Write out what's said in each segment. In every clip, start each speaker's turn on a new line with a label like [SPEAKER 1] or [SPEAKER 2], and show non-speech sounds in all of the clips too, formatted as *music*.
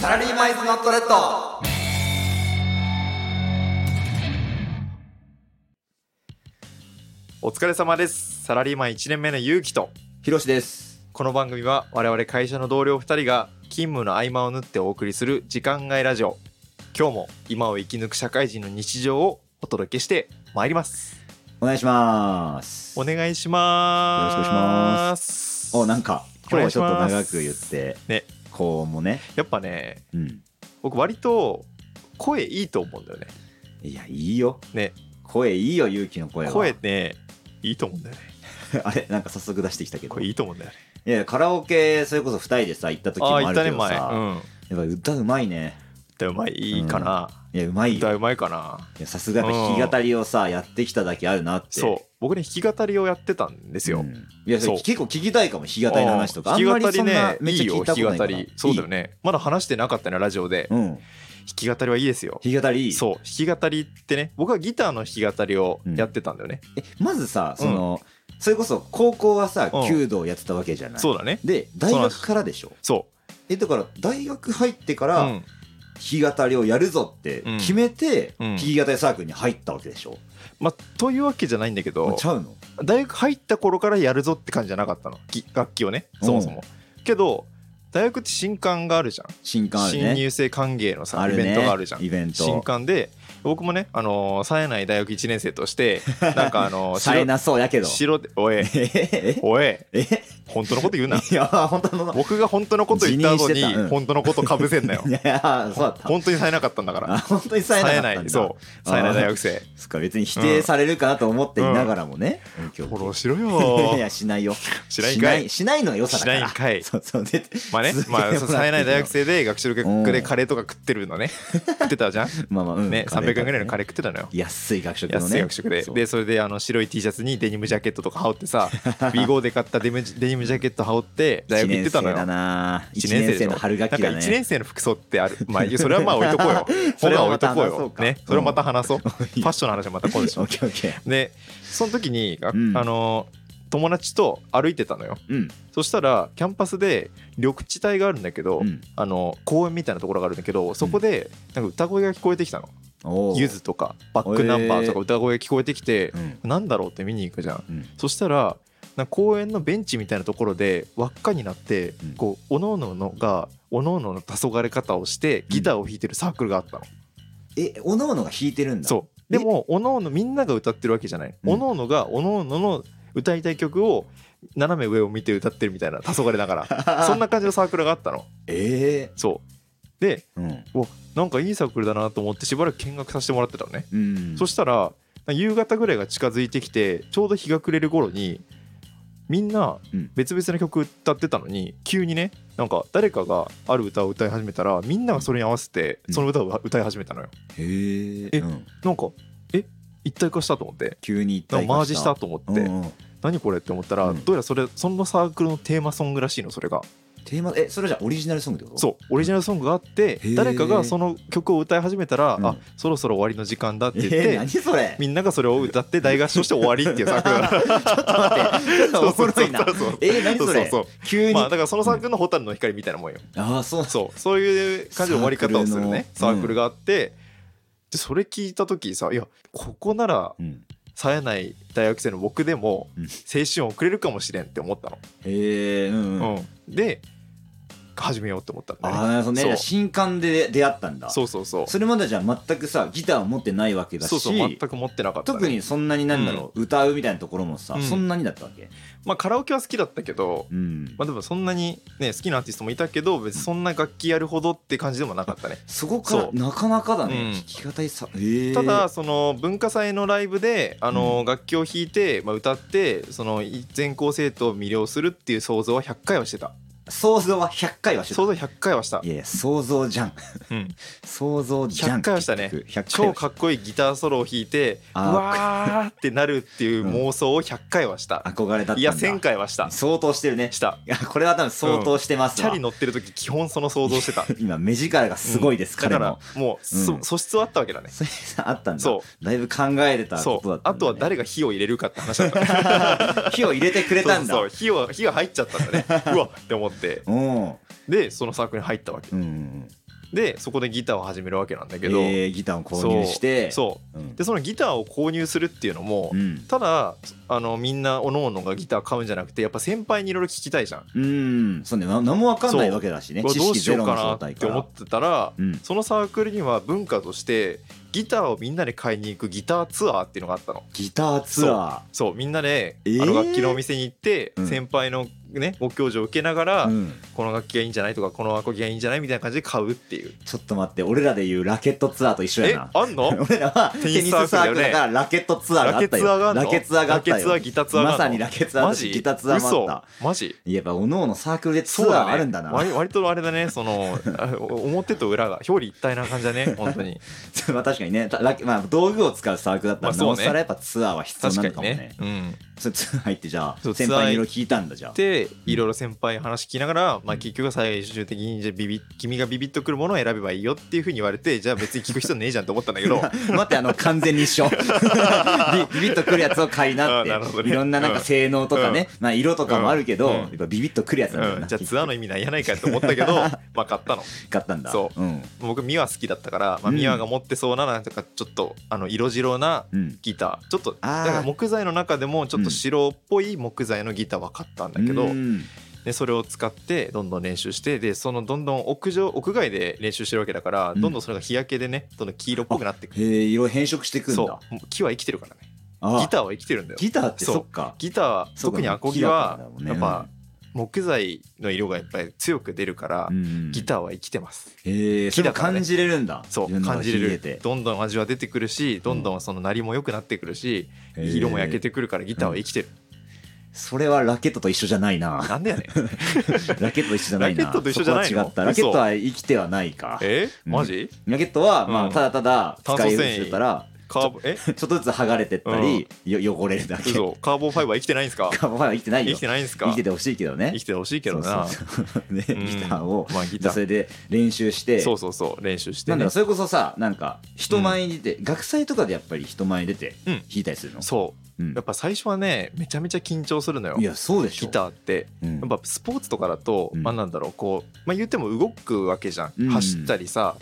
[SPEAKER 1] サラリーマイズノットレッド
[SPEAKER 2] お疲れ様です。サラリーマン1年目のゆうきと、
[SPEAKER 1] ひろしです
[SPEAKER 2] この番組は我々会社の同僚2人が勤務の合間を縫ってお送りする時間外ラジオ。今日も今を生き抜く社会人の日常をお届けしてまいります。
[SPEAKER 1] お願いします
[SPEAKER 2] お願いします。
[SPEAKER 1] よろしくお願いしますおなんか今日はちょっと
[SPEAKER 2] お願いし
[SPEAKER 1] 長
[SPEAKER 2] ます
[SPEAKER 1] く言って
[SPEAKER 2] ね
[SPEAKER 1] こうもね
[SPEAKER 2] やっぱね、
[SPEAKER 1] うん
[SPEAKER 2] 僕割と声いいと思うんだよね。
[SPEAKER 1] いやいいよ
[SPEAKER 2] ね
[SPEAKER 1] 声いいよ勇気の声は
[SPEAKER 2] 声ね、いいと思うんだよね。
[SPEAKER 1] *laughs* あれなんか早速出してきたけど
[SPEAKER 2] 声いいと思うんだよね。
[SPEAKER 1] いやカラオケそれこそ2人でさ行った時も
[SPEAKER 2] あ
[SPEAKER 1] あ
[SPEAKER 2] あ、言っ
[SPEAKER 1] る
[SPEAKER 2] たね、
[SPEAKER 1] けど
[SPEAKER 2] 前。う
[SPEAKER 1] さ、
[SPEAKER 2] ん。
[SPEAKER 1] やっぱ歌うまいね
[SPEAKER 2] 歌うまいいいかな。
[SPEAKER 1] いやうまい
[SPEAKER 2] 歌
[SPEAKER 1] よ
[SPEAKER 2] うまいかな。
[SPEAKER 1] いやさすがやっぱ弾き語りをさやってきただけあるなって
[SPEAKER 2] そう。僕ね、弾き語りをやってたんですよ。
[SPEAKER 1] うんいやそれ
[SPEAKER 2] そう
[SPEAKER 1] 結構聞きたいかも弾き語りの話とか
[SPEAKER 2] うん弾き語り
[SPEAKER 1] あんま
[SPEAKER 2] ね
[SPEAKER 1] りそんなめっちゃ聞いたことない
[SPEAKER 2] よ
[SPEAKER 1] か
[SPEAKER 2] 弾
[SPEAKER 1] ら
[SPEAKER 2] き語りそうだよねまだ話してなかったねラジオで、
[SPEAKER 1] いいうん
[SPEAKER 2] 弾き語りはいいですよ
[SPEAKER 1] 弾き語りいい
[SPEAKER 2] そう弾き語りってね僕はギターの弾き語りをやってたんだよね、
[SPEAKER 1] えまずさその、それこそ高校はさ
[SPEAKER 2] うん
[SPEAKER 1] 弓道やってたわけじゃない、
[SPEAKER 2] そうだね
[SPEAKER 1] で大学からでしょ
[SPEAKER 2] そ
[SPEAKER 1] えだから大学入ってか
[SPEAKER 2] う、う
[SPEAKER 1] ら弾
[SPEAKER 2] ん、
[SPEAKER 1] き語りをやるぞって
[SPEAKER 2] うん
[SPEAKER 1] 決めて、
[SPEAKER 2] うん
[SPEAKER 1] 弾き語りサークルに入ったわけでしょ、
[SPEAKER 2] まあというわけじゃないんだけ
[SPEAKER 1] あ
[SPEAKER 2] ど
[SPEAKER 1] ちゃうの
[SPEAKER 2] 大学入った頃からやるぞって感じじゃなかったのぎ楽器をねそもそも、けど大学って新刊があるじゃん、
[SPEAKER 1] 新刊ある
[SPEAKER 2] 新
[SPEAKER 1] ね
[SPEAKER 2] 入生歓迎のさ、
[SPEAKER 1] あ
[SPEAKER 2] イ
[SPEAKER 1] るね
[SPEAKER 2] ベントがあるじゃん
[SPEAKER 1] イベント
[SPEAKER 2] 新刊で僕もね、あのー冴えない大学1年生と
[SPEAKER 1] *laughs*
[SPEAKER 2] してなんかあのー
[SPEAKER 1] さえ
[SPEAKER 2] 白
[SPEAKER 1] なそうやけど
[SPEAKER 2] 白でおい
[SPEAKER 1] *laughs* え
[SPEAKER 2] おい
[SPEAKER 1] え
[SPEAKER 2] 本当のこと言うな
[SPEAKER 1] いや本
[SPEAKER 2] *laughs*
[SPEAKER 1] 当の
[SPEAKER 2] 僕が本当のこと言った後
[SPEAKER 1] 辞任
[SPEAKER 2] に
[SPEAKER 1] してたうん
[SPEAKER 2] 本当のことかぶせんなよ
[SPEAKER 1] いや *laughs* そうだった
[SPEAKER 2] 本当に冴えなかったんだから
[SPEAKER 1] あ本当にさえな
[SPEAKER 2] 冴
[SPEAKER 1] か
[SPEAKER 2] え
[SPEAKER 1] ったんだ
[SPEAKER 2] ないそう冴えない大学生
[SPEAKER 1] そっか別に否定されるかなと思っていながらもね、うん今
[SPEAKER 2] フォ
[SPEAKER 1] 日
[SPEAKER 2] ローしろ
[SPEAKER 1] *laughs* いや
[SPEAKER 2] よ
[SPEAKER 1] しないよ
[SPEAKER 2] *laughs* しないんかい
[SPEAKER 1] しないしないのが良さだから
[SPEAKER 2] しないんかい
[SPEAKER 1] そうそうで
[SPEAKER 2] まあね
[SPEAKER 1] 続けてもら
[SPEAKER 2] まあ
[SPEAKER 1] っていい
[SPEAKER 2] そう冴えない大学生で学習力でカレーとか食ってるのね食ってたじゃん
[SPEAKER 1] まあまあ、うん、
[SPEAKER 2] ね
[SPEAKER 1] カレ
[SPEAKER 2] 300円ぐらいのカ
[SPEAKER 1] レ
[SPEAKER 2] レー食ってたのよ
[SPEAKER 1] ー安い学食のね
[SPEAKER 2] 安い学食で
[SPEAKER 1] そう
[SPEAKER 2] でそれであの白い T シャツにデニムジャケットとか羽織って
[SPEAKER 1] *laughs*
[SPEAKER 2] さ B5 で買ったデニムデニムジャケット羽織って大学行ってたの
[SPEAKER 1] 一年生だ
[SPEAKER 2] よ
[SPEAKER 1] な一
[SPEAKER 2] 一
[SPEAKER 1] 年
[SPEAKER 2] でし
[SPEAKER 1] 生
[SPEAKER 2] ょ
[SPEAKER 1] の春学期だ
[SPEAKER 2] なん
[SPEAKER 1] ね
[SPEAKER 2] か1年生の服装ってあるまあそれはまあ置いとこうよ
[SPEAKER 1] *laughs* そ
[SPEAKER 2] そ
[SPEAKER 1] れ
[SPEAKER 2] れ
[SPEAKER 1] は
[SPEAKER 2] は
[SPEAKER 1] ま
[SPEAKER 2] 置いと
[SPEAKER 1] た
[SPEAKER 2] こう
[SPEAKER 1] 話そう
[SPEAKER 2] よ
[SPEAKER 1] か
[SPEAKER 2] ねそれはまた話
[SPEAKER 1] *laughs*
[SPEAKER 2] そうフ
[SPEAKER 1] いい
[SPEAKER 2] ァッションの話はまた今度し
[SPEAKER 1] *laughs* オ
[SPEAKER 2] よ
[SPEAKER 1] ッケーオッケー
[SPEAKER 2] うでその時にあ,、
[SPEAKER 1] うん
[SPEAKER 2] あの友達と歩いてたのよ
[SPEAKER 1] うん
[SPEAKER 2] そしたらキャンパスで緑地帯があるんだけど、
[SPEAKER 1] うん
[SPEAKER 2] あの公園みたいなところがあるんだけどそこでなんか歌声が聞こえてきたの
[SPEAKER 1] おー
[SPEAKER 2] ゆずとかバックナンバーとか歌声が聞こえてきて
[SPEAKER 1] う、ん
[SPEAKER 2] なんだろうって見に行くじゃん
[SPEAKER 1] うん
[SPEAKER 2] そしたらなんか公園のベンチみたいなところで輪っかになって、
[SPEAKER 1] うん
[SPEAKER 2] こうおのおののがおのおのの黄昏方をしてギターを弾いてるサークルがあったの、
[SPEAKER 1] えおのおのが弾いてるんだ
[SPEAKER 2] そうでもおのおのみんなが歌ってるわけじゃない、
[SPEAKER 1] うん
[SPEAKER 2] おのおのがおのおのの歌いたい曲を斜め上を見て歌ってるみたいな黄昏だか
[SPEAKER 1] *laughs*
[SPEAKER 2] らそんな感じのサークルがあったの
[SPEAKER 1] え
[SPEAKER 2] そうで
[SPEAKER 1] えうん
[SPEAKER 2] おなんかいいサークルだなと思ってしばらく見学させてもらってたのね
[SPEAKER 1] うん
[SPEAKER 2] そしたら夕方ぐらいが近づいてきてちょうど日が暮れる頃にみんな
[SPEAKER 1] うん
[SPEAKER 2] 別々の曲歌ってたのに急にねなんか誰かがある歌を歌い始めたらみんながそれに合わせて
[SPEAKER 1] うん
[SPEAKER 2] その歌を歌い始めたのよ。
[SPEAKER 1] へー
[SPEAKER 2] え
[SPEAKER 1] うん
[SPEAKER 2] なんかえ一体化したと思って
[SPEAKER 1] 急に一
[SPEAKER 2] なん
[SPEAKER 1] 体
[SPEAKER 2] かマ
[SPEAKER 1] 化
[SPEAKER 2] ージしたと思って、
[SPEAKER 1] うんうん
[SPEAKER 2] 何これって思ったら、
[SPEAKER 1] うん
[SPEAKER 2] どうやらそれそのサークルのテーマソングらしいのそれが
[SPEAKER 1] テーマえそれじゃあオリジナルソングってこと
[SPEAKER 2] そうオリジナルソングがあって
[SPEAKER 1] へー
[SPEAKER 2] 誰かがその曲を歌い始めたら、
[SPEAKER 1] うん
[SPEAKER 2] あそろそろ終わりの時間だって言って、
[SPEAKER 1] えー何それ
[SPEAKER 2] みんながそれを歌って大合唱して終わりっていうサークル
[SPEAKER 1] *laughs*
[SPEAKER 2] だそうそうそ
[SPEAKER 1] おもろいな
[SPEAKER 2] う
[SPEAKER 1] えー何それ
[SPEAKER 2] そうそう
[SPEAKER 1] 急に、
[SPEAKER 2] まあだからそのサークルの蛍の光みたいなもんよ、
[SPEAKER 1] ああそう
[SPEAKER 2] そうそういう感じの終わり方をするね
[SPEAKER 1] サ
[SPEAKER 2] サ
[SPEAKER 1] ー
[SPEAKER 2] ー
[SPEAKER 1] クルの
[SPEAKER 2] クルがあって、でそれ聞いた時さいやここなら
[SPEAKER 1] うん
[SPEAKER 2] 冴えない大学生の僕でも
[SPEAKER 1] うん
[SPEAKER 2] 青春を送れるかもしれんって思ったの、
[SPEAKER 1] へえうんうん、
[SPEAKER 2] うんで始めようって思ったんだ
[SPEAKER 1] あ
[SPEAKER 2] ね
[SPEAKER 1] あなるほどね
[SPEAKER 2] そう
[SPEAKER 1] 新刊で出会ったんだ
[SPEAKER 2] そうそうそう
[SPEAKER 1] それまでじゃあ全くさギターを持ってないわけだし
[SPEAKER 2] そうそう全く持ってなかったね、
[SPEAKER 1] 特にそんなになんだろう、歌うみたいなところもさ、
[SPEAKER 2] うん
[SPEAKER 1] そんなにだったわけ
[SPEAKER 2] まあカラオケは好きだったけど
[SPEAKER 1] うん、
[SPEAKER 2] まあでもそんなにね好きなアーティストもいたけど別にそんな楽器やるほどって感じでもなかったね
[SPEAKER 1] そこから
[SPEAKER 2] そう
[SPEAKER 1] なかなかだね、
[SPEAKER 2] うん
[SPEAKER 1] 弾き語りさへえ
[SPEAKER 2] ただその文化祭のライブであの楽器を弾いてまあ歌ってその全校生徒を魅了するっていう想像は100回はしてた
[SPEAKER 1] 想像は100回はしてた
[SPEAKER 2] 想像100回はした
[SPEAKER 1] いやいや想像じゃん
[SPEAKER 2] うん
[SPEAKER 1] 想像じゃん
[SPEAKER 2] 100回はしたね
[SPEAKER 1] 結局100回
[SPEAKER 2] 超
[SPEAKER 1] は
[SPEAKER 2] かっこいいギターソロを弾いてう
[SPEAKER 1] あー
[SPEAKER 2] わーってなるっていう妄想を100回はした
[SPEAKER 1] 憧れだったんだ
[SPEAKER 2] いや1000回はした
[SPEAKER 1] 相当してるね *laughs*
[SPEAKER 2] した
[SPEAKER 1] いやこれは多分相当してます
[SPEAKER 2] チ
[SPEAKER 1] わ、
[SPEAKER 2] ャリ乗ってる時基本その想像してた
[SPEAKER 1] 今目力がすごいです、
[SPEAKER 2] だ
[SPEAKER 1] 彼
[SPEAKER 2] か
[SPEAKER 1] の
[SPEAKER 2] らもう
[SPEAKER 1] うん
[SPEAKER 2] そ素質はあったわけだね
[SPEAKER 1] それさあったんだ
[SPEAKER 2] そ
[SPEAKER 1] だいぶ考えれたこ
[SPEAKER 2] そ
[SPEAKER 1] とだ
[SPEAKER 2] う
[SPEAKER 1] った
[SPEAKER 2] あ
[SPEAKER 1] ん
[SPEAKER 2] と
[SPEAKER 1] だね、
[SPEAKER 2] は誰が火を入れるかって話だった
[SPEAKER 1] *laughs* 火を入れてくれたん
[SPEAKER 2] *laughs*
[SPEAKER 1] だ
[SPEAKER 2] そうそう火
[SPEAKER 1] *laughs*
[SPEAKER 2] を火が入っちゃったんだねうわって思って
[SPEAKER 1] うん
[SPEAKER 2] でそのサークルに入ったわけ
[SPEAKER 1] うんうん
[SPEAKER 2] でそこでギターを始めるわけなんだけど、
[SPEAKER 1] えーギターを購入して、
[SPEAKER 2] そう
[SPEAKER 1] ん
[SPEAKER 2] うでそのギターを購入するっていうのも、
[SPEAKER 1] うん
[SPEAKER 2] ただあのみんなおのおのがギター買うんじゃなくてやっぱ先輩にいろいろ聞きたいじゃん、
[SPEAKER 1] うんそうねな何もわかんないわけだしね
[SPEAKER 2] これ
[SPEAKER 1] 知
[SPEAKER 2] どう
[SPEAKER 1] 識
[SPEAKER 2] し
[SPEAKER 1] ゼ
[SPEAKER 2] よ
[SPEAKER 1] ロ
[SPEAKER 2] うか
[SPEAKER 1] の
[SPEAKER 2] な
[SPEAKER 1] 状
[SPEAKER 2] っ
[SPEAKER 1] 態
[SPEAKER 2] て
[SPEAKER 1] か
[SPEAKER 2] 思
[SPEAKER 1] ら
[SPEAKER 2] ってたら
[SPEAKER 1] うん
[SPEAKER 2] そのサークルには文化としてギターをみんなで買いに行くギターツアーっていうのがあったの
[SPEAKER 1] ギターツア
[SPEAKER 2] そうみんなで、
[SPEAKER 1] えー
[SPEAKER 2] あの楽器のお店に行って、
[SPEAKER 1] うん
[SPEAKER 2] 先輩のねご教授を受けながら、
[SPEAKER 1] ー、うん、
[SPEAKER 2] この楽器がいいんじゃないとかこの楽器がいいんじゃないみたいな感じで買うっていう
[SPEAKER 1] ちょっと待って俺らで言うラケットツアーと一緒
[SPEAKER 2] え
[SPEAKER 1] やな
[SPEAKER 2] あんの
[SPEAKER 1] 俺らはテニスサークルだからラケットツアーがあったよ
[SPEAKER 2] ラ
[SPEAKER 1] ラ
[SPEAKER 2] ケ
[SPEAKER 1] ケ
[SPEAKER 2] ット
[SPEAKER 1] ツアーがあ
[SPEAKER 2] ラ
[SPEAKER 1] っ
[SPEAKER 2] ケ
[SPEAKER 1] た
[SPEAKER 2] ツアー
[SPEAKER 1] よ
[SPEAKER 2] ギターツアーがあ
[SPEAKER 1] ま
[SPEAKER 2] った
[SPEAKER 1] さ
[SPEAKER 2] の
[SPEAKER 1] にラケツアー
[SPEAKER 2] マ
[SPEAKER 1] だ
[SPEAKER 2] ジ
[SPEAKER 1] しギターツアーもあった
[SPEAKER 2] 嘘マジ
[SPEAKER 1] いややっぱおのおのサークルでツ
[SPEAKER 2] そうだ
[SPEAKER 1] ア
[SPEAKER 2] ね
[SPEAKER 1] ーあるんだな
[SPEAKER 2] 割割とあれだねそのあ表と裏が表裏一体な感じだ
[SPEAKER 1] *laughs*
[SPEAKER 2] ね本当に
[SPEAKER 1] *laughs* まあ確かにねたラケまあ、道具を使うサークルだった
[SPEAKER 2] まあ
[SPEAKER 1] ら、な
[SPEAKER 2] そう
[SPEAKER 1] お
[SPEAKER 2] ね
[SPEAKER 1] さらやっぱツアーは必要
[SPEAKER 2] 確
[SPEAKER 1] な
[SPEAKER 2] か
[SPEAKER 1] のか
[SPEAKER 2] に
[SPEAKER 1] も
[SPEAKER 2] ね
[SPEAKER 1] ね
[SPEAKER 2] うん
[SPEAKER 1] それツアー入ってじゃ
[SPEAKER 2] そう
[SPEAKER 1] あ先輩にいろいろ聞いたんだじゃあ
[SPEAKER 2] でいろいろ先輩に話聞きながら、まあ、結局最終的にじゃあビビ君がビビッとくるものを選べばいいよっていうふうに言われてじゃあ別に聞く必要ねえじゃんと思ったんだ
[SPEAKER 1] *laughs*
[SPEAKER 2] けど
[SPEAKER 1] 待ってあの完全に
[SPEAKER 2] *laughs*
[SPEAKER 1] 一緒ビビビッとくるやつを買いなっ
[SPEAKER 2] あなるほど
[SPEAKER 1] て、
[SPEAKER 2] ね
[SPEAKER 1] いろんななんか性能とかね、まあ色とかもあるけど、
[SPEAKER 2] うん
[SPEAKER 1] やっぱビビッとくるやつなんだよ
[SPEAKER 2] う
[SPEAKER 1] な、
[SPEAKER 2] ん、じゃあツアーの意味ないやないかと思った
[SPEAKER 1] *laughs*
[SPEAKER 2] けどまあ買ったの
[SPEAKER 1] 買ったんだ、
[SPEAKER 2] そう
[SPEAKER 1] ん
[SPEAKER 2] 僕ミワ好きだったから、まあ、
[SPEAKER 1] うん
[SPEAKER 2] ミワが持ってそうななんとかちょっとあの色白な
[SPEAKER 1] うん、
[SPEAKER 2] ギターちょっと
[SPEAKER 1] あー
[SPEAKER 2] だから木材の中でもちょっと白っぽい木材のギターは買ったんだけど、
[SPEAKER 1] うん
[SPEAKER 2] でそれを使ってどんどん練習してでそのどんどん屋上屋外で練習してるわけだから、
[SPEAKER 1] うん
[SPEAKER 2] どんどんそれが日焼けでねどんどん黄色っぽくなってく
[SPEAKER 1] へえ色変色してく
[SPEAKER 2] る
[SPEAKER 1] んだ
[SPEAKER 2] そうもう木は生きてるからね
[SPEAKER 1] ああ
[SPEAKER 2] ギターは生きてるんだよ
[SPEAKER 1] ギターって
[SPEAKER 2] そう
[SPEAKER 1] そっか
[SPEAKER 2] ギターは
[SPEAKER 1] そうか
[SPEAKER 2] 特にアコギ
[SPEAKER 1] 木だから
[SPEAKER 2] は
[SPEAKER 1] だもんね
[SPEAKER 2] やっぱ木材の色がやっぱり強く出るから、
[SPEAKER 1] うん
[SPEAKER 2] ギターは生きてます
[SPEAKER 1] へえそれも感じれるんだ
[SPEAKER 2] そ
[SPEAKER 1] いうろんなの
[SPEAKER 2] 感
[SPEAKER 1] が
[SPEAKER 2] じれ
[SPEAKER 1] 秀で
[SPEAKER 2] る
[SPEAKER 1] て
[SPEAKER 2] どんどん味は出てくるしどんどんその鳴りも良くなってくるし、色も焼け
[SPEAKER 1] て
[SPEAKER 2] てくるからギターは生きてる、
[SPEAKER 1] それはラケットと一緒じゃな
[SPEAKER 2] *laughs*
[SPEAKER 1] いな
[SPEAKER 2] なんでやねん
[SPEAKER 1] ラケットと一緒じゃないな
[SPEAKER 2] ラケットと一緒じゃないの
[SPEAKER 1] そこ
[SPEAKER 2] 嘘
[SPEAKER 1] は違ったラケットは生きてはないか
[SPEAKER 2] えマジ、
[SPEAKER 1] ラケットはま
[SPEAKER 2] うん
[SPEAKER 1] あただただ
[SPEAKER 2] 炭素
[SPEAKER 1] 使
[SPEAKER 2] 繊
[SPEAKER 1] い
[SPEAKER 2] 維
[SPEAKER 1] 捨てたら
[SPEAKER 2] カーボえ
[SPEAKER 1] *laughs* ちょっとずつ剥がれてったりよ汚れるだけ *laughs*
[SPEAKER 2] 嘘カーボンファイバー生きてないんすか
[SPEAKER 1] カバーは生きてない
[SPEAKER 2] 生
[SPEAKER 1] よ
[SPEAKER 2] きてないんすか
[SPEAKER 1] 生きててほしいけどね
[SPEAKER 2] 生きてほしいけどな
[SPEAKER 1] そうそう *laughs* ね
[SPEAKER 2] うん
[SPEAKER 1] ギターを
[SPEAKER 2] まあギター
[SPEAKER 1] それで練習して
[SPEAKER 2] そうそうそう練習して、
[SPEAKER 1] なんだ
[SPEAKER 2] ね
[SPEAKER 1] ろう、それこそさなんか人前に出て学祭とかでやっぱり人前に出て
[SPEAKER 2] うん
[SPEAKER 1] 弾いたりするの
[SPEAKER 2] そ
[SPEAKER 1] うん
[SPEAKER 2] うやっぱ最初はねめちゃめちゃ緊張するのよ
[SPEAKER 1] いやそうでしょ
[SPEAKER 2] ギターって
[SPEAKER 1] うん
[SPEAKER 2] やっぱスポーツとかだと、
[SPEAKER 1] うん
[SPEAKER 2] まあなんだろうこうまあ言っても動くわけじゃん、
[SPEAKER 1] うん
[SPEAKER 2] 走ったりさ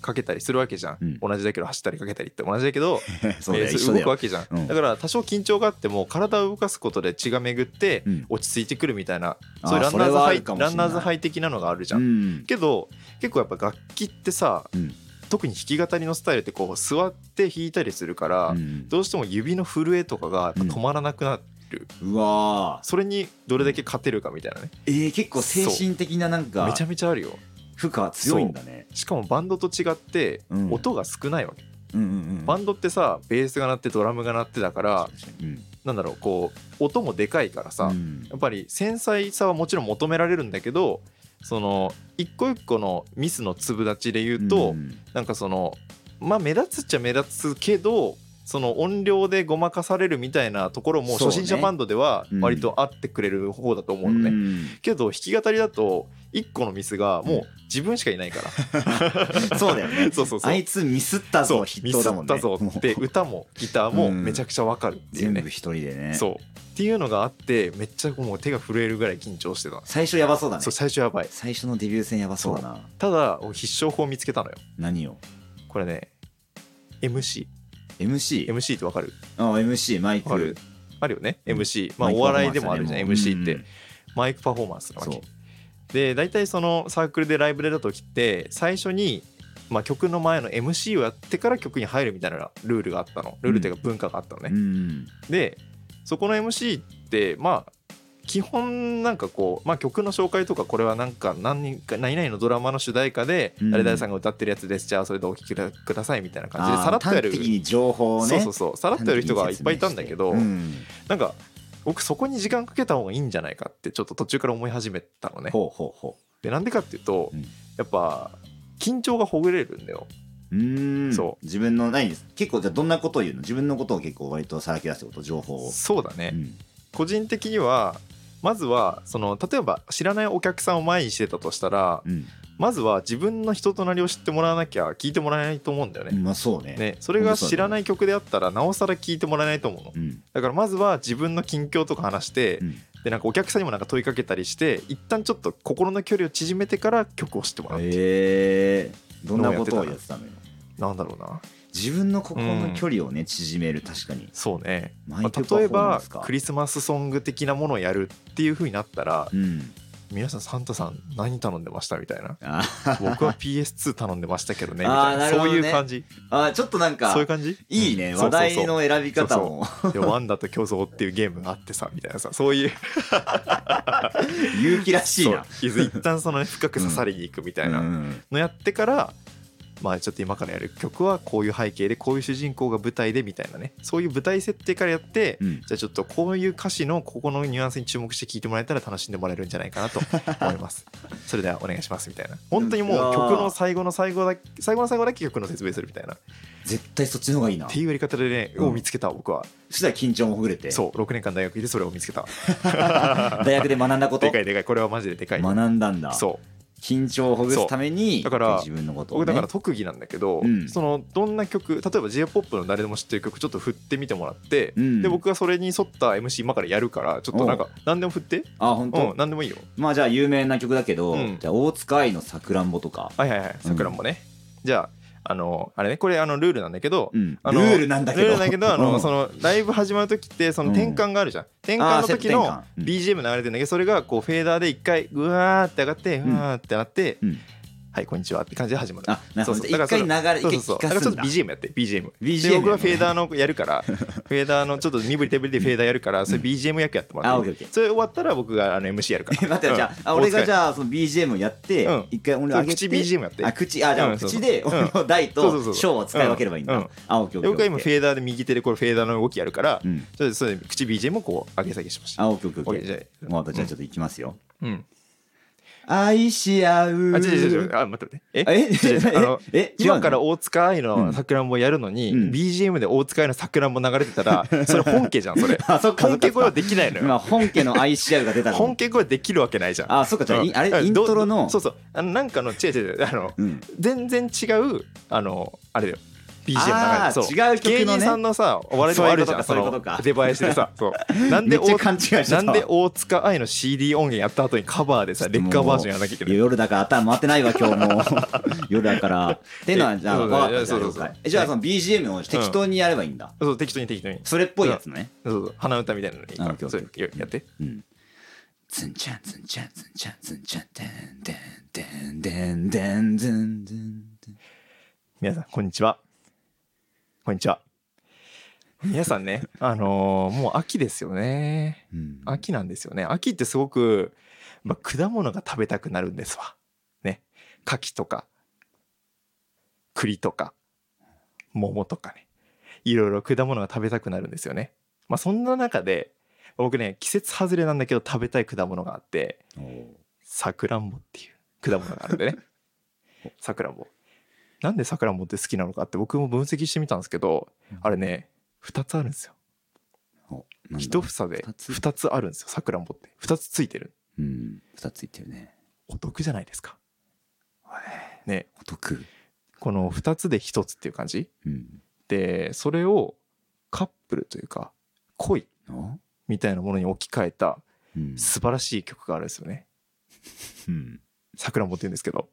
[SPEAKER 2] かけたりするわけじゃん、
[SPEAKER 1] うん
[SPEAKER 2] 同じだけど走ったりかけたりって同じだけど
[SPEAKER 1] *laughs* そうだよ
[SPEAKER 2] えー
[SPEAKER 1] 一緒だ
[SPEAKER 2] 動く
[SPEAKER 1] よ
[SPEAKER 2] わけじゃん、
[SPEAKER 1] うん
[SPEAKER 2] だから多少緊張があっても体を動かすことで血が巡って
[SPEAKER 1] うん
[SPEAKER 2] 落ち着いてくるみたいな、
[SPEAKER 1] あー
[SPEAKER 2] そういうランナー
[SPEAKER 1] それ
[SPEAKER 2] ズ
[SPEAKER 1] はあ
[SPEAKER 2] ハ
[SPEAKER 1] る
[SPEAKER 2] イ
[SPEAKER 1] かもしれ
[SPEAKER 2] ラ
[SPEAKER 1] ない
[SPEAKER 2] ンナーズハイ的なのがあるじゃん、
[SPEAKER 1] うん
[SPEAKER 2] けど結構やっぱ楽器ってさ、
[SPEAKER 1] うん
[SPEAKER 2] 特に弾き語りのスタイルってこう座って弾いたりするから、
[SPEAKER 1] うん
[SPEAKER 2] どうしても指の震えとかがやっぱ止まらなくなる、
[SPEAKER 1] うわー
[SPEAKER 2] それにどれだけ勝てるかみたいなね
[SPEAKER 1] えー結構精神的ななんか
[SPEAKER 2] めちゃめちゃあるよ
[SPEAKER 1] 負荷強いんだね
[SPEAKER 2] しかもバンドと違って
[SPEAKER 1] うん
[SPEAKER 2] 音が少ないわけ、
[SPEAKER 1] うんうんうん
[SPEAKER 2] バンドってさベースが鳴ってドラムが鳴ってだから
[SPEAKER 1] うん
[SPEAKER 2] なんだろうこう音もでかいからさ、
[SPEAKER 1] うん
[SPEAKER 2] やっぱり繊細さはもちろん求められるんだけどその一個一個のミスの粒立ちで言うと、
[SPEAKER 1] うん
[SPEAKER 2] なんかそのまあ目立つっちゃ目立つけどその音量でごまかされるみたいなところも
[SPEAKER 1] そう
[SPEAKER 2] 初
[SPEAKER 1] ね
[SPEAKER 2] 心者バンドでは割と合ってくれる方だと思うのね、
[SPEAKER 1] うん
[SPEAKER 2] けど弾き語りだと一個のミスがもう自分しかいないから、
[SPEAKER 1] そうだよ *laughs* ね
[SPEAKER 2] そうそうそう
[SPEAKER 1] あいつミスった
[SPEAKER 2] そう
[SPEAKER 1] ぞ筆
[SPEAKER 2] ミ
[SPEAKER 1] 頭
[SPEAKER 2] ス
[SPEAKER 1] だも
[SPEAKER 2] っ
[SPEAKER 1] ん
[SPEAKER 2] た
[SPEAKER 1] ね
[SPEAKER 2] ぞ
[SPEAKER 1] もう
[SPEAKER 2] って歌もギターもめちゃくちゃわかるっていう
[SPEAKER 1] 全部
[SPEAKER 2] ね、
[SPEAKER 1] 一人でね
[SPEAKER 2] そうっていうのがあってめっちゃもう手が震えるぐらい緊張してた、
[SPEAKER 1] 最初やばそうだね
[SPEAKER 2] そう最初やばい
[SPEAKER 1] 最初のデビュー戦やばそうだな
[SPEAKER 2] ただ俺必勝法見つけたのよ
[SPEAKER 1] 何を
[SPEAKER 2] これね MCMC
[SPEAKER 1] MC
[SPEAKER 2] ってわかる
[SPEAKER 1] あ MC マイ
[SPEAKER 2] わかる
[SPEAKER 1] ク
[SPEAKER 2] あるよね
[SPEAKER 1] うん
[SPEAKER 2] MC まあお笑いでもあるじゃん MC ってマイクパフォーマンスなわ
[SPEAKER 1] そう
[SPEAKER 2] けで大体そのサークルでライブでた時って最初にまあ曲の前の MC をやってから曲に入るみたいなルールがあったのルールっていうか文化があったのね、 *laughs*
[SPEAKER 1] うん
[SPEAKER 2] でそこの MC ってまあ基本なんかこう、まあ、曲の紹介とかこれはなんか何人か何々のドラマの主題歌で
[SPEAKER 1] うん
[SPEAKER 2] 誰々さんが歌ってるやつです、じゃあそれでお聴きくださいみたいな感じで
[SPEAKER 1] あー
[SPEAKER 2] さらっとやる、
[SPEAKER 1] 端的に情報をね
[SPEAKER 2] そうそうそうさらっとやる人がいっぱいいたんだけど、
[SPEAKER 1] うん
[SPEAKER 2] なんか僕そこに時間かけた方がいいんじゃないかってちょっと途中から思い始めたのね。
[SPEAKER 1] ほうほうほ
[SPEAKER 2] でなんでかっていうと、
[SPEAKER 1] うん
[SPEAKER 2] やっぱ緊張がほぐれるんだよ。
[SPEAKER 1] ううーん
[SPEAKER 2] そう
[SPEAKER 1] 自分の何結構じゃあどんなことを言うの自分のことを結構割とさらけ出すってこと情報を
[SPEAKER 2] そうだね、
[SPEAKER 1] うん
[SPEAKER 2] 個人的にはまずはその例えば知らないお客さんを前にしてたとしたら
[SPEAKER 1] うん
[SPEAKER 2] まずは自分の人となりを知ってもらわなきゃ聞いてもらえないと思うんだよね。
[SPEAKER 1] まあそうね
[SPEAKER 2] ね、それが知らない曲であったらなおさら聞いてもらえないと思うの
[SPEAKER 1] うん
[SPEAKER 2] だからまずは自分の近況とか話して
[SPEAKER 1] うん
[SPEAKER 2] でなんかお客さんにもなんか問いかけたりして一旦ちょっと心の距離を縮めてから曲を知ってもらうっていう
[SPEAKER 1] へえどんなことをやってたのよ
[SPEAKER 2] なんだろうな
[SPEAKER 1] 自分のここの距離をね縮める確かに
[SPEAKER 2] そうね、
[SPEAKER 1] マ
[SPEAKER 2] ま
[SPEAKER 1] イク
[SPEAKER 2] あ、例えば
[SPEAKER 1] パフォーマンスか
[SPEAKER 2] クリスマスソング的なものをやるっていうふうになったら
[SPEAKER 1] うん
[SPEAKER 2] 皆さんサンタさん何頼んでましたみたい
[SPEAKER 1] *laughs*
[SPEAKER 2] な
[SPEAKER 1] あ
[SPEAKER 2] 僕は PS2 頼んでましたけどねみ
[SPEAKER 1] あー
[SPEAKER 2] たいな
[SPEAKER 1] なる
[SPEAKER 2] そ
[SPEAKER 1] ほ
[SPEAKER 2] う
[SPEAKER 1] どね
[SPEAKER 2] いう感じ
[SPEAKER 1] あちょっとなんか
[SPEAKER 2] そういう感じ
[SPEAKER 1] いいね
[SPEAKER 2] うんそ
[SPEAKER 1] 話
[SPEAKER 2] うそうそう
[SPEAKER 1] 題の選び方も
[SPEAKER 2] でワンダと競争っていうゲームがあってさみたいなさそう
[SPEAKER 1] *laughs*
[SPEAKER 2] いう
[SPEAKER 1] 勇気らしいな
[SPEAKER 2] そう一一旦そのね深く刺さりに行くみたいな
[SPEAKER 1] うん
[SPEAKER 2] のやってから、まあちょっと今からやる曲はこういう背景でこういう主人公が舞台でみたいなねそういう舞台設定からやって、
[SPEAKER 1] うん
[SPEAKER 2] じゃあちょっとこういう歌詞のここのニュアンスに注目して聴いてもらえたら楽しんでもらえるんじゃないかな *laughs* と思いますそれではお願いしますみたいな本当にも
[SPEAKER 1] うわ
[SPEAKER 2] う
[SPEAKER 1] ー
[SPEAKER 2] 曲の最後の最後だけ最後の最後だけ曲の説明するみたいなっ
[SPEAKER 1] 絶対そっちの方がいいな
[SPEAKER 2] ていうやり方でね、
[SPEAKER 1] うん
[SPEAKER 2] を見つけた僕は
[SPEAKER 1] そしたら緊張もほぐれて
[SPEAKER 2] そう6年間大学でそれを見つけた
[SPEAKER 1] 大学で学んだこと
[SPEAKER 2] でかいでかいこれはマジででかい
[SPEAKER 1] 学んだんだ
[SPEAKER 2] そう
[SPEAKER 1] 緊張をほぐすために
[SPEAKER 2] そうだから
[SPEAKER 1] 自分のことを、ね、
[SPEAKER 2] 僕だから特技なんだけど、
[SPEAKER 1] うん
[SPEAKER 2] そのどんな曲例えば j p o p の誰でも知ってる曲ちょっと振ってみてもらって、
[SPEAKER 1] うん
[SPEAKER 2] で僕がそれに沿った MC 今からやるからちょっとなんか何でも振って、
[SPEAKER 1] あ本
[SPEAKER 2] う
[SPEAKER 1] 当、
[SPEAKER 2] ん、何でもいいよ
[SPEAKER 1] まあじゃあ有名な曲だけど、
[SPEAKER 2] うん
[SPEAKER 1] じゃあ大塚愛のさくらんぼとか、
[SPEAKER 2] はいはいはいさくらんぼね、じゃああのあれねこれあのルールなんだけど、
[SPEAKER 1] うん、
[SPEAKER 2] あの
[SPEAKER 1] ルールなんだけど
[SPEAKER 2] ルールだけどあの、
[SPEAKER 1] うん
[SPEAKER 2] そのライブ始まる時ってその転換があるじゃん、転換
[SPEAKER 1] あー
[SPEAKER 2] の
[SPEAKER 1] セット
[SPEAKER 2] 時
[SPEAKER 1] 転
[SPEAKER 2] の
[SPEAKER 1] 換うん
[SPEAKER 2] BGM 流れてんだけどそれがこうフェーダーで一回うわーって上がって
[SPEAKER 1] ん
[SPEAKER 2] うわーってなって、
[SPEAKER 1] うん
[SPEAKER 2] はいこんにちはって感じで始まる
[SPEAKER 1] あなるほ
[SPEAKER 2] そ
[SPEAKER 1] ど
[SPEAKER 2] うそうだ
[SPEAKER 1] 一回
[SPEAKER 2] か
[SPEAKER 1] 流れ
[SPEAKER 2] そう
[SPEAKER 1] 一
[SPEAKER 2] そうそうだ
[SPEAKER 1] 回
[SPEAKER 2] か
[SPEAKER 1] 聞から
[SPEAKER 2] ち
[SPEAKER 1] す
[SPEAKER 2] ょっ
[SPEAKER 1] ん
[SPEAKER 2] と
[SPEAKER 1] だ
[SPEAKER 2] BGM やって BGM で
[SPEAKER 1] BGM
[SPEAKER 2] 僕はフェー
[SPEAKER 1] ー
[SPEAKER 2] ダーのやるからフェーダーのちょっと身振り手振りでフェーダーやるからそれ BGM 役やってもら
[SPEAKER 1] あ
[SPEAKER 2] っ
[SPEAKER 1] オッ
[SPEAKER 2] て
[SPEAKER 1] ケ
[SPEAKER 2] いい
[SPEAKER 1] ーオッケー
[SPEAKER 2] それ終わったら僕があの MC やるから
[SPEAKER 1] *laughs* 待ってじゃあ、
[SPEAKER 2] うん
[SPEAKER 1] あ俺が
[SPEAKER 2] 大塚
[SPEAKER 1] じゃあその BGM をやって、
[SPEAKER 2] うん
[SPEAKER 1] 一回俺
[SPEAKER 2] そ
[SPEAKER 1] 上
[SPEAKER 2] う
[SPEAKER 1] げて
[SPEAKER 2] 口 BGM やって
[SPEAKER 1] あ口あじゃ
[SPEAKER 2] う
[SPEAKER 1] あ
[SPEAKER 2] んそう
[SPEAKER 1] 口で
[SPEAKER 2] うん
[SPEAKER 1] 俺の *laughs* 台
[SPEAKER 2] そうそうそ
[SPEAKER 1] と
[SPEAKER 2] う
[SPEAKER 1] 小を使い分ければいいんだ、
[SPEAKER 2] うんうん
[SPEAKER 1] あオッケーオッケー
[SPEAKER 2] で僕は今フ
[SPEAKER 1] ー
[SPEAKER 2] ェーダーで右手でこれフェーダーの動きやるから
[SPEAKER 1] うん
[SPEAKER 2] ちょっとそれで口 BGM をこう上げ下げしました
[SPEAKER 1] あオッケーオッケーオ
[SPEAKER 2] オッ
[SPEAKER 1] ッ
[SPEAKER 2] ケー
[SPEAKER 1] ケ
[SPEAKER 2] じ
[SPEAKER 1] ー
[SPEAKER 2] ゃあ
[SPEAKER 1] またじゃあちょっといきますよ、
[SPEAKER 2] うん
[SPEAKER 1] 愛し合う
[SPEAKER 2] あ違う違う違うあ待って待って
[SPEAKER 1] え
[SPEAKER 2] 違う違うあの
[SPEAKER 1] え違うの
[SPEAKER 2] 今から大塚愛のさくらんぼやるのに、
[SPEAKER 1] うん
[SPEAKER 2] BGM で大塚愛のさくらんぼ流れてたらそれ本家じゃんそれ
[SPEAKER 1] *laughs* あそっかそ
[SPEAKER 2] 本
[SPEAKER 1] っか
[SPEAKER 2] 家声はできないのよ
[SPEAKER 1] 今本家の愛し合うが出たの
[SPEAKER 2] *laughs* 本家声できるわけないじゃん
[SPEAKER 1] あそっかじゃあ、
[SPEAKER 2] うん
[SPEAKER 1] いあ
[SPEAKER 2] う
[SPEAKER 1] れ
[SPEAKER 2] ん
[SPEAKER 1] イントロ
[SPEAKER 2] ど
[SPEAKER 1] の
[SPEAKER 2] そうそうあのなんかの違う違う違うあの
[SPEAKER 1] うん
[SPEAKER 2] 全然違うあのあれだよ BGM
[SPEAKER 1] あ
[SPEAKER 2] 流
[SPEAKER 1] ー
[SPEAKER 2] れて
[SPEAKER 1] 違う曲の
[SPEAKER 2] 芸
[SPEAKER 1] ね
[SPEAKER 2] 人さんのさお笑いもあるじゃん
[SPEAKER 1] そういうことか
[SPEAKER 2] の
[SPEAKER 1] そう
[SPEAKER 2] 出囃子でさそうなん
[SPEAKER 1] *laughs* め
[SPEAKER 2] で
[SPEAKER 1] っちゃ
[SPEAKER 2] 大
[SPEAKER 1] 勘違いして
[SPEAKER 2] な
[SPEAKER 1] た
[SPEAKER 2] んで大塚愛の CD 音源やった後にカバーでさ劣化バージョンやらなきゃいけない
[SPEAKER 1] 夜だから頭回ってないわ今
[SPEAKER 2] *laughs*
[SPEAKER 1] 日も夜だからっていうのはじゃあ
[SPEAKER 2] そう
[SPEAKER 1] 分
[SPEAKER 2] そうそう
[SPEAKER 1] かったじゃあ了
[SPEAKER 2] そう
[SPEAKER 1] 解えじゃあその BGM を適当にやればいいんだ、
[SPEAKER 2] そう適当に適当に
[SPEAKER 1] それっぽいやつね
[SPEAKER 2] そうそう鼻歌みたいなのにいいから
[SPEAKER 1] あオッケー
[SPEAKER 2] そ
[SPEAKER 1] オ
[SPEAKER 2] う
[SPEAKER 1] ッ
[SPEAKER 2] やって
[SPEAKER 1] うんツンチャンツンチャンツンチャンツンチャンテンテンテンテンテンテンテンテン
[SPEAKER 2] 皆さんこんにちはこんにちは皆さんねあのーもう秋ですよね
[SPEAKER 1] うん
[SPEAKER 2] 秋なんですよね秋ってすごく、まあ、果物が食べたくなるんですわね柿とか栗とか桃とかねいろいろ果物が食べたくなるんですよねまあそんな中で僕ね季節外れなんだけど食べたい果物があって
[SPEAKER 1] おー
[SPEAKER 2] さくらんぼっていう果物があるんでね
[SPEAKER 1] *laughs*
[SPEAKER 2] さくらんぼなんでさくらんぼって好きなのかって僕も分析してみたんですけどあれね2つあるんですよ
[SPEAKER 1] おなんだ
[SPEAKER 2] 一房で
[SPEAKER 1] 二つ
[SPEAKER 2] 2つあるんですよさくらんぼって2つついてる
[SPEAKER 1] うん二ついってるね
[SPEAKER 2] お得じゃないですか
[SPEAKER 1] はい
[SPEAKER 2] ね
[SPEAKER 1] お得
[SPEAKER 2] この2つで1つっていう感じ
[SPEAKER 1] うん
[SPEAKER 2] でそれをカップルというか恋
[SPEAKER 1] お
[SPEAKER 2] みたいなものに置き換えた
[SPEAKER 1] うん
[SPEAKER 2] 素晴らしい曲があるんですよね
[SPEAKER 1] うん
[SPEAKER 2] さくらんぼって言うんですけど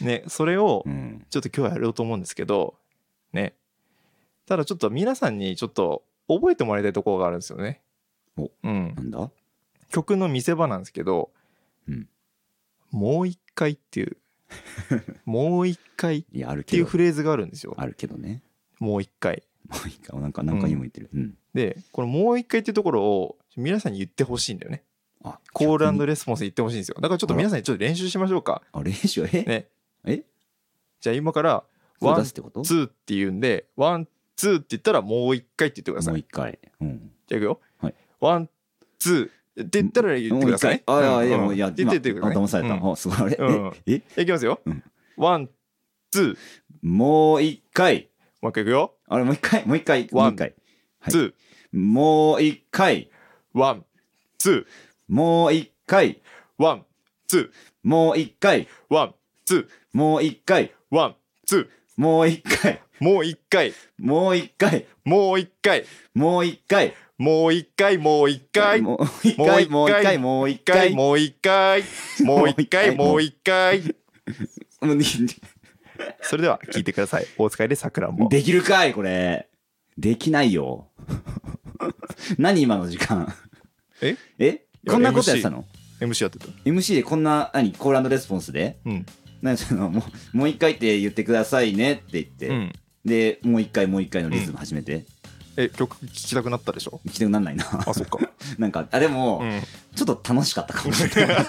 [SPEAKER 2] ねそれを
[SPEAKER 1] うん
[SPEAKER 2] ちょっと今日はやろうと思うんですけどねただちょっと皆さんにちょっと覚えてもらいたいところがあるんですよね
[SPEAKER 1] お
[SPEAKER 2] うん
[SPEAKER 1] なんだ
[SPEAKER 2] 曲の見せ場なんですけど、
[SPEAKER 1] うん
[SPEAKER 2] もう一回って
[SPEAKER 1] *laughs*
[SPEAKER 2] いうもう一回っ
[SPEAKER 1] いやある
[SPEAKER 2] て
[SPEAKER 1] け
[SPEAKER 2] いう
[SPEAKER 1] ど
[SPEAKER 2] フレーズがあるんですよ
[SPEAKER 1] あるけどね *laughs*
[SPEAKER 2] もう一回
[SPEAKER 1] もういいかなんかなんかにも言ってるうん
[SPEAKER 2] でこのもう一回っていうところを皆さんに言ってほしいんだよね
[SPEAKER 1] あ
[SPEAKER 2] コールレスポンス言ってほしいんですよだからちょっと皆さんにちょっと練習しましょうか
[SPEAKER 1] あ練習え、
[SPEAKER 2] ね
[SPEAKER 1] え
[SPEAKER 2] じゃあ今から
[SPEAKER 1] 声
[SPEAKER 2] ワ
[SPEAKER 1] 出
[SPEAKER 2] ン
[SPEAKER 1] すってこと
[SPEAKER 2] ツーって言うんでワンツーって言ったらもう一回って言ってくださ
[SPEAKER 1] もう
[SPEAKER 2] い
[SPEAKER 1] 一回うん
[SPEAKER 2] じゃあいくよ
[SPEAKER 1] はい
[SPEAKER 2] ワンツーって言ったら言ってくださいね
[SPEAKER 1] もう一回ああ
[SPEAKER 2] うん
[SPEAKER 1] いやもういや
[SPEAKER 2] 言って言ってください
[SPEAKER 1] あ
[SPEAKER 2] ね
[SPEAKER 1] 騙された、
[SPEAKER 2] うん
[SPEAKER 1] あすごいあれ、
[SPEAKER 2] うん
[SPEAKER 1] ええ
[SPEAKER 2] いきますよ
[SPEAKER 1] うん。
[SPEAKER 2] ワン、ツー、
[SPEAKER 1] もう一回
[SPEAKER 2] もう一回いくよ。
[SPEAKER 1] あれもう一回もう一回
[SPEAKER 2] ワン
[SPEAKER 1] もう一回はい
[SPEAKER 2] ツ
[SPEAKER 1] もう一回
[SPEAKER 2] ー、ワン、ツ
[SPEAKER 1] もう一回
[SPEAKER 2] ー、ワン、ツ
[SPEAKER 1] もう一回
[SPEAKER 2] ー、ワン、ツ
[SPEAKER 1] もう一回
[SPEAKER 2] ー、ワン、ツ
[SPEAKER 1] もう一
[SPEAKER 2] ー、
[SPEAKER 1] 回
[SPEAKER 2] もう一回、
[SPEAKER 1] もう一回
[SPEAKER 2] もう一回、
[SPEAKER 1] もう一回
[SPEAKER 2] もう一回もう一回
[SPEAKER 1] もう一回もう一回もう一回も
[SPEAKER 2] もう一回 *laughs* もう一回もう一回
[SPEAKER 1] う
[SPEAKER 2] それでは聞いてください大塚愛でさくらんぼ
[SPEAKER 1] *laughs* できるかいこれできないよ *laughs* 何今の時間
[SPEAKER 2] え
[SPEAKER 1] え
[SPEAKER 2] や
[SPEAKER 1] こんなことやってたの
[SPEAKER 2] MC やってた
[SPEAKER 1] MC でこんな何コールレスポンスで
[SPEAKER 2] うん
[SPEAKER 1] なんかそのもうもう一回って言ってくださいねって言って、
[SPEAKER 2] うん
[SPEAKER 1] でもう一回もう一回のリズム始めて、
[SPEAKER 2] え曲聴きたくなったでしょ
[SPEAKER 1] 行きたくなんないな
[SPEAKER 2] あそっか
[SPEAKER 1] *laughs* なんかあでも、
[SPEAKER 2] *laughs* うん
[SPEAKER 1] ちょっと楽しかったかもし
[SPEAKER 2] *laughs*
[SPEAKER 1] れない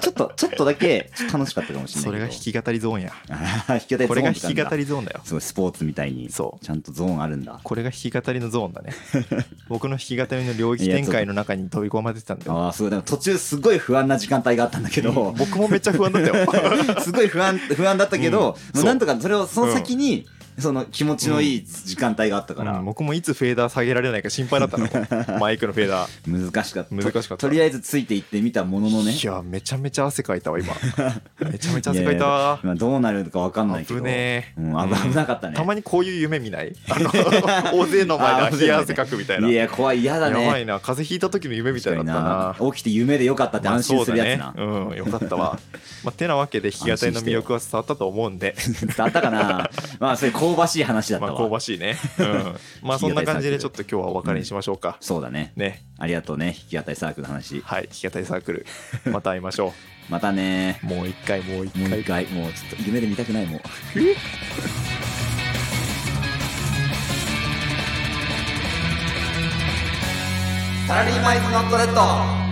[SPEAKER 1] ちょっとちょっとだけちょっと楽しかったかもしれないけど
[SPEAKER 2] それが弾き語りゾーンや
[SPEAKER 1] あー弾き語り
[SPEAKER 2] これが
[SPEAKER 1] ゾー
[SPEAKER 2] 弾
[SPEAKER 1] ン
[SPEAKER 2] き
[SPEAKER 1] とかあ
[SPEAKER 2] 語
[SPEAKER 1] るんだ
[SPEAKER 2] りゾーンだよ
[SPEAKER 1] すごいスポーツみたいに
[SPEAKER 2] そう
[SPEAKER 1] ちゃんとゾーンあるんだ
[SPEAKER 2] これが弾き語りのゾーン *laughs* だね僕の弾き語りの領域展開の中に飛び込まれてたんだよ
[SPEAKER 1] ああそうでも途中すごい不安な時間帯があったんだけど
[SPEAKER 2] 僕もめっちゃ不安だったよ
[SPEAKER 1] *laughs* すごい不安不安だったけど、
[SPEAKER 2] うん
[SPEAKER 1] もうなんとかそれをその先に、その気持ちのいい時間帯があったから、
[SPEAKER 2] うん僕もいつフェーダー下げられないか心配だったのマイクのフェーダー
[SPEAKER 1] 難しかった
[SPEAKER 2] 難しかった
[SPEAKER 1] ととりあえずついていってみたもののね
[SPEAKER 2] いやめちゃめちゃ汗かいたわ
[SPEAKER 1] *laughs*
[SPEAKER 2] 今めちゃめちゃ
[SPEAKER 1] い
[SPEAKER 2] 汗
[SPEAKER 1] や
[SPEAKER 2] かい
[SPEAKER 1] い
[SPEAKER 2] た
[SPEAKER 1] や
[SPEAKER 2] わ
[SPEAKER 1] 今どうなるのかわかんないけ
[SPEAKER 2] 危
[SPEAKER 1] ど
[SPEAKER 2] ねえ
[SPEAKER 1] うん、危危なかったね
[SPEAKER 2] たまにこういう夢見
[SPEAKER 1] *laughs*
[SPEAKER 2] ないあの大勢の前で冷や汗かくみたいないや
[SPEAKER 1] や怖い嫌だね
[SPEAKER 2] ばいな風邪ひいた時の夢みたいだったな
[SPEAKER 1] 起きて夢でよかったって
[SPEAKER 2] まあ
[SPEAKER 1] 安心するやつな、
[SPEAKER 2] そうだねうんよかった
[SPEAKER 1] *laughs*
[SPEAKER 2] わまあてなわけで弾き語りの魅力は伝わったと思うんで
[SPEAKER 1] 伝わったか
[SPEAKER 2] *laughs*
[SPEAKER 1] なまあそれ香ばしい話だった
[SPEAKER 2] まあ
[SPEAKER 1] わ、
[SPEAKER 2] 香ばしいねうんまあそんな感じでちょっと今日はお別れにしましょうか
[SPEAKER 1] そうだね
[SPEAKER 2] ね
[SPEAKER 1] ありがとうね弾き語りサークルの話
[SPEAKER 2] はい弾き語りサークルまた会いましょ
[SPEAKER 1] またね
[SPEAKER 2] うもう一回もう一
[SPEAKER 1] もう
[SPEAKER 2] 回
[SPEAKER 1] 一回もうちょっと夢で見たくないもうサラリーマイズノットレッド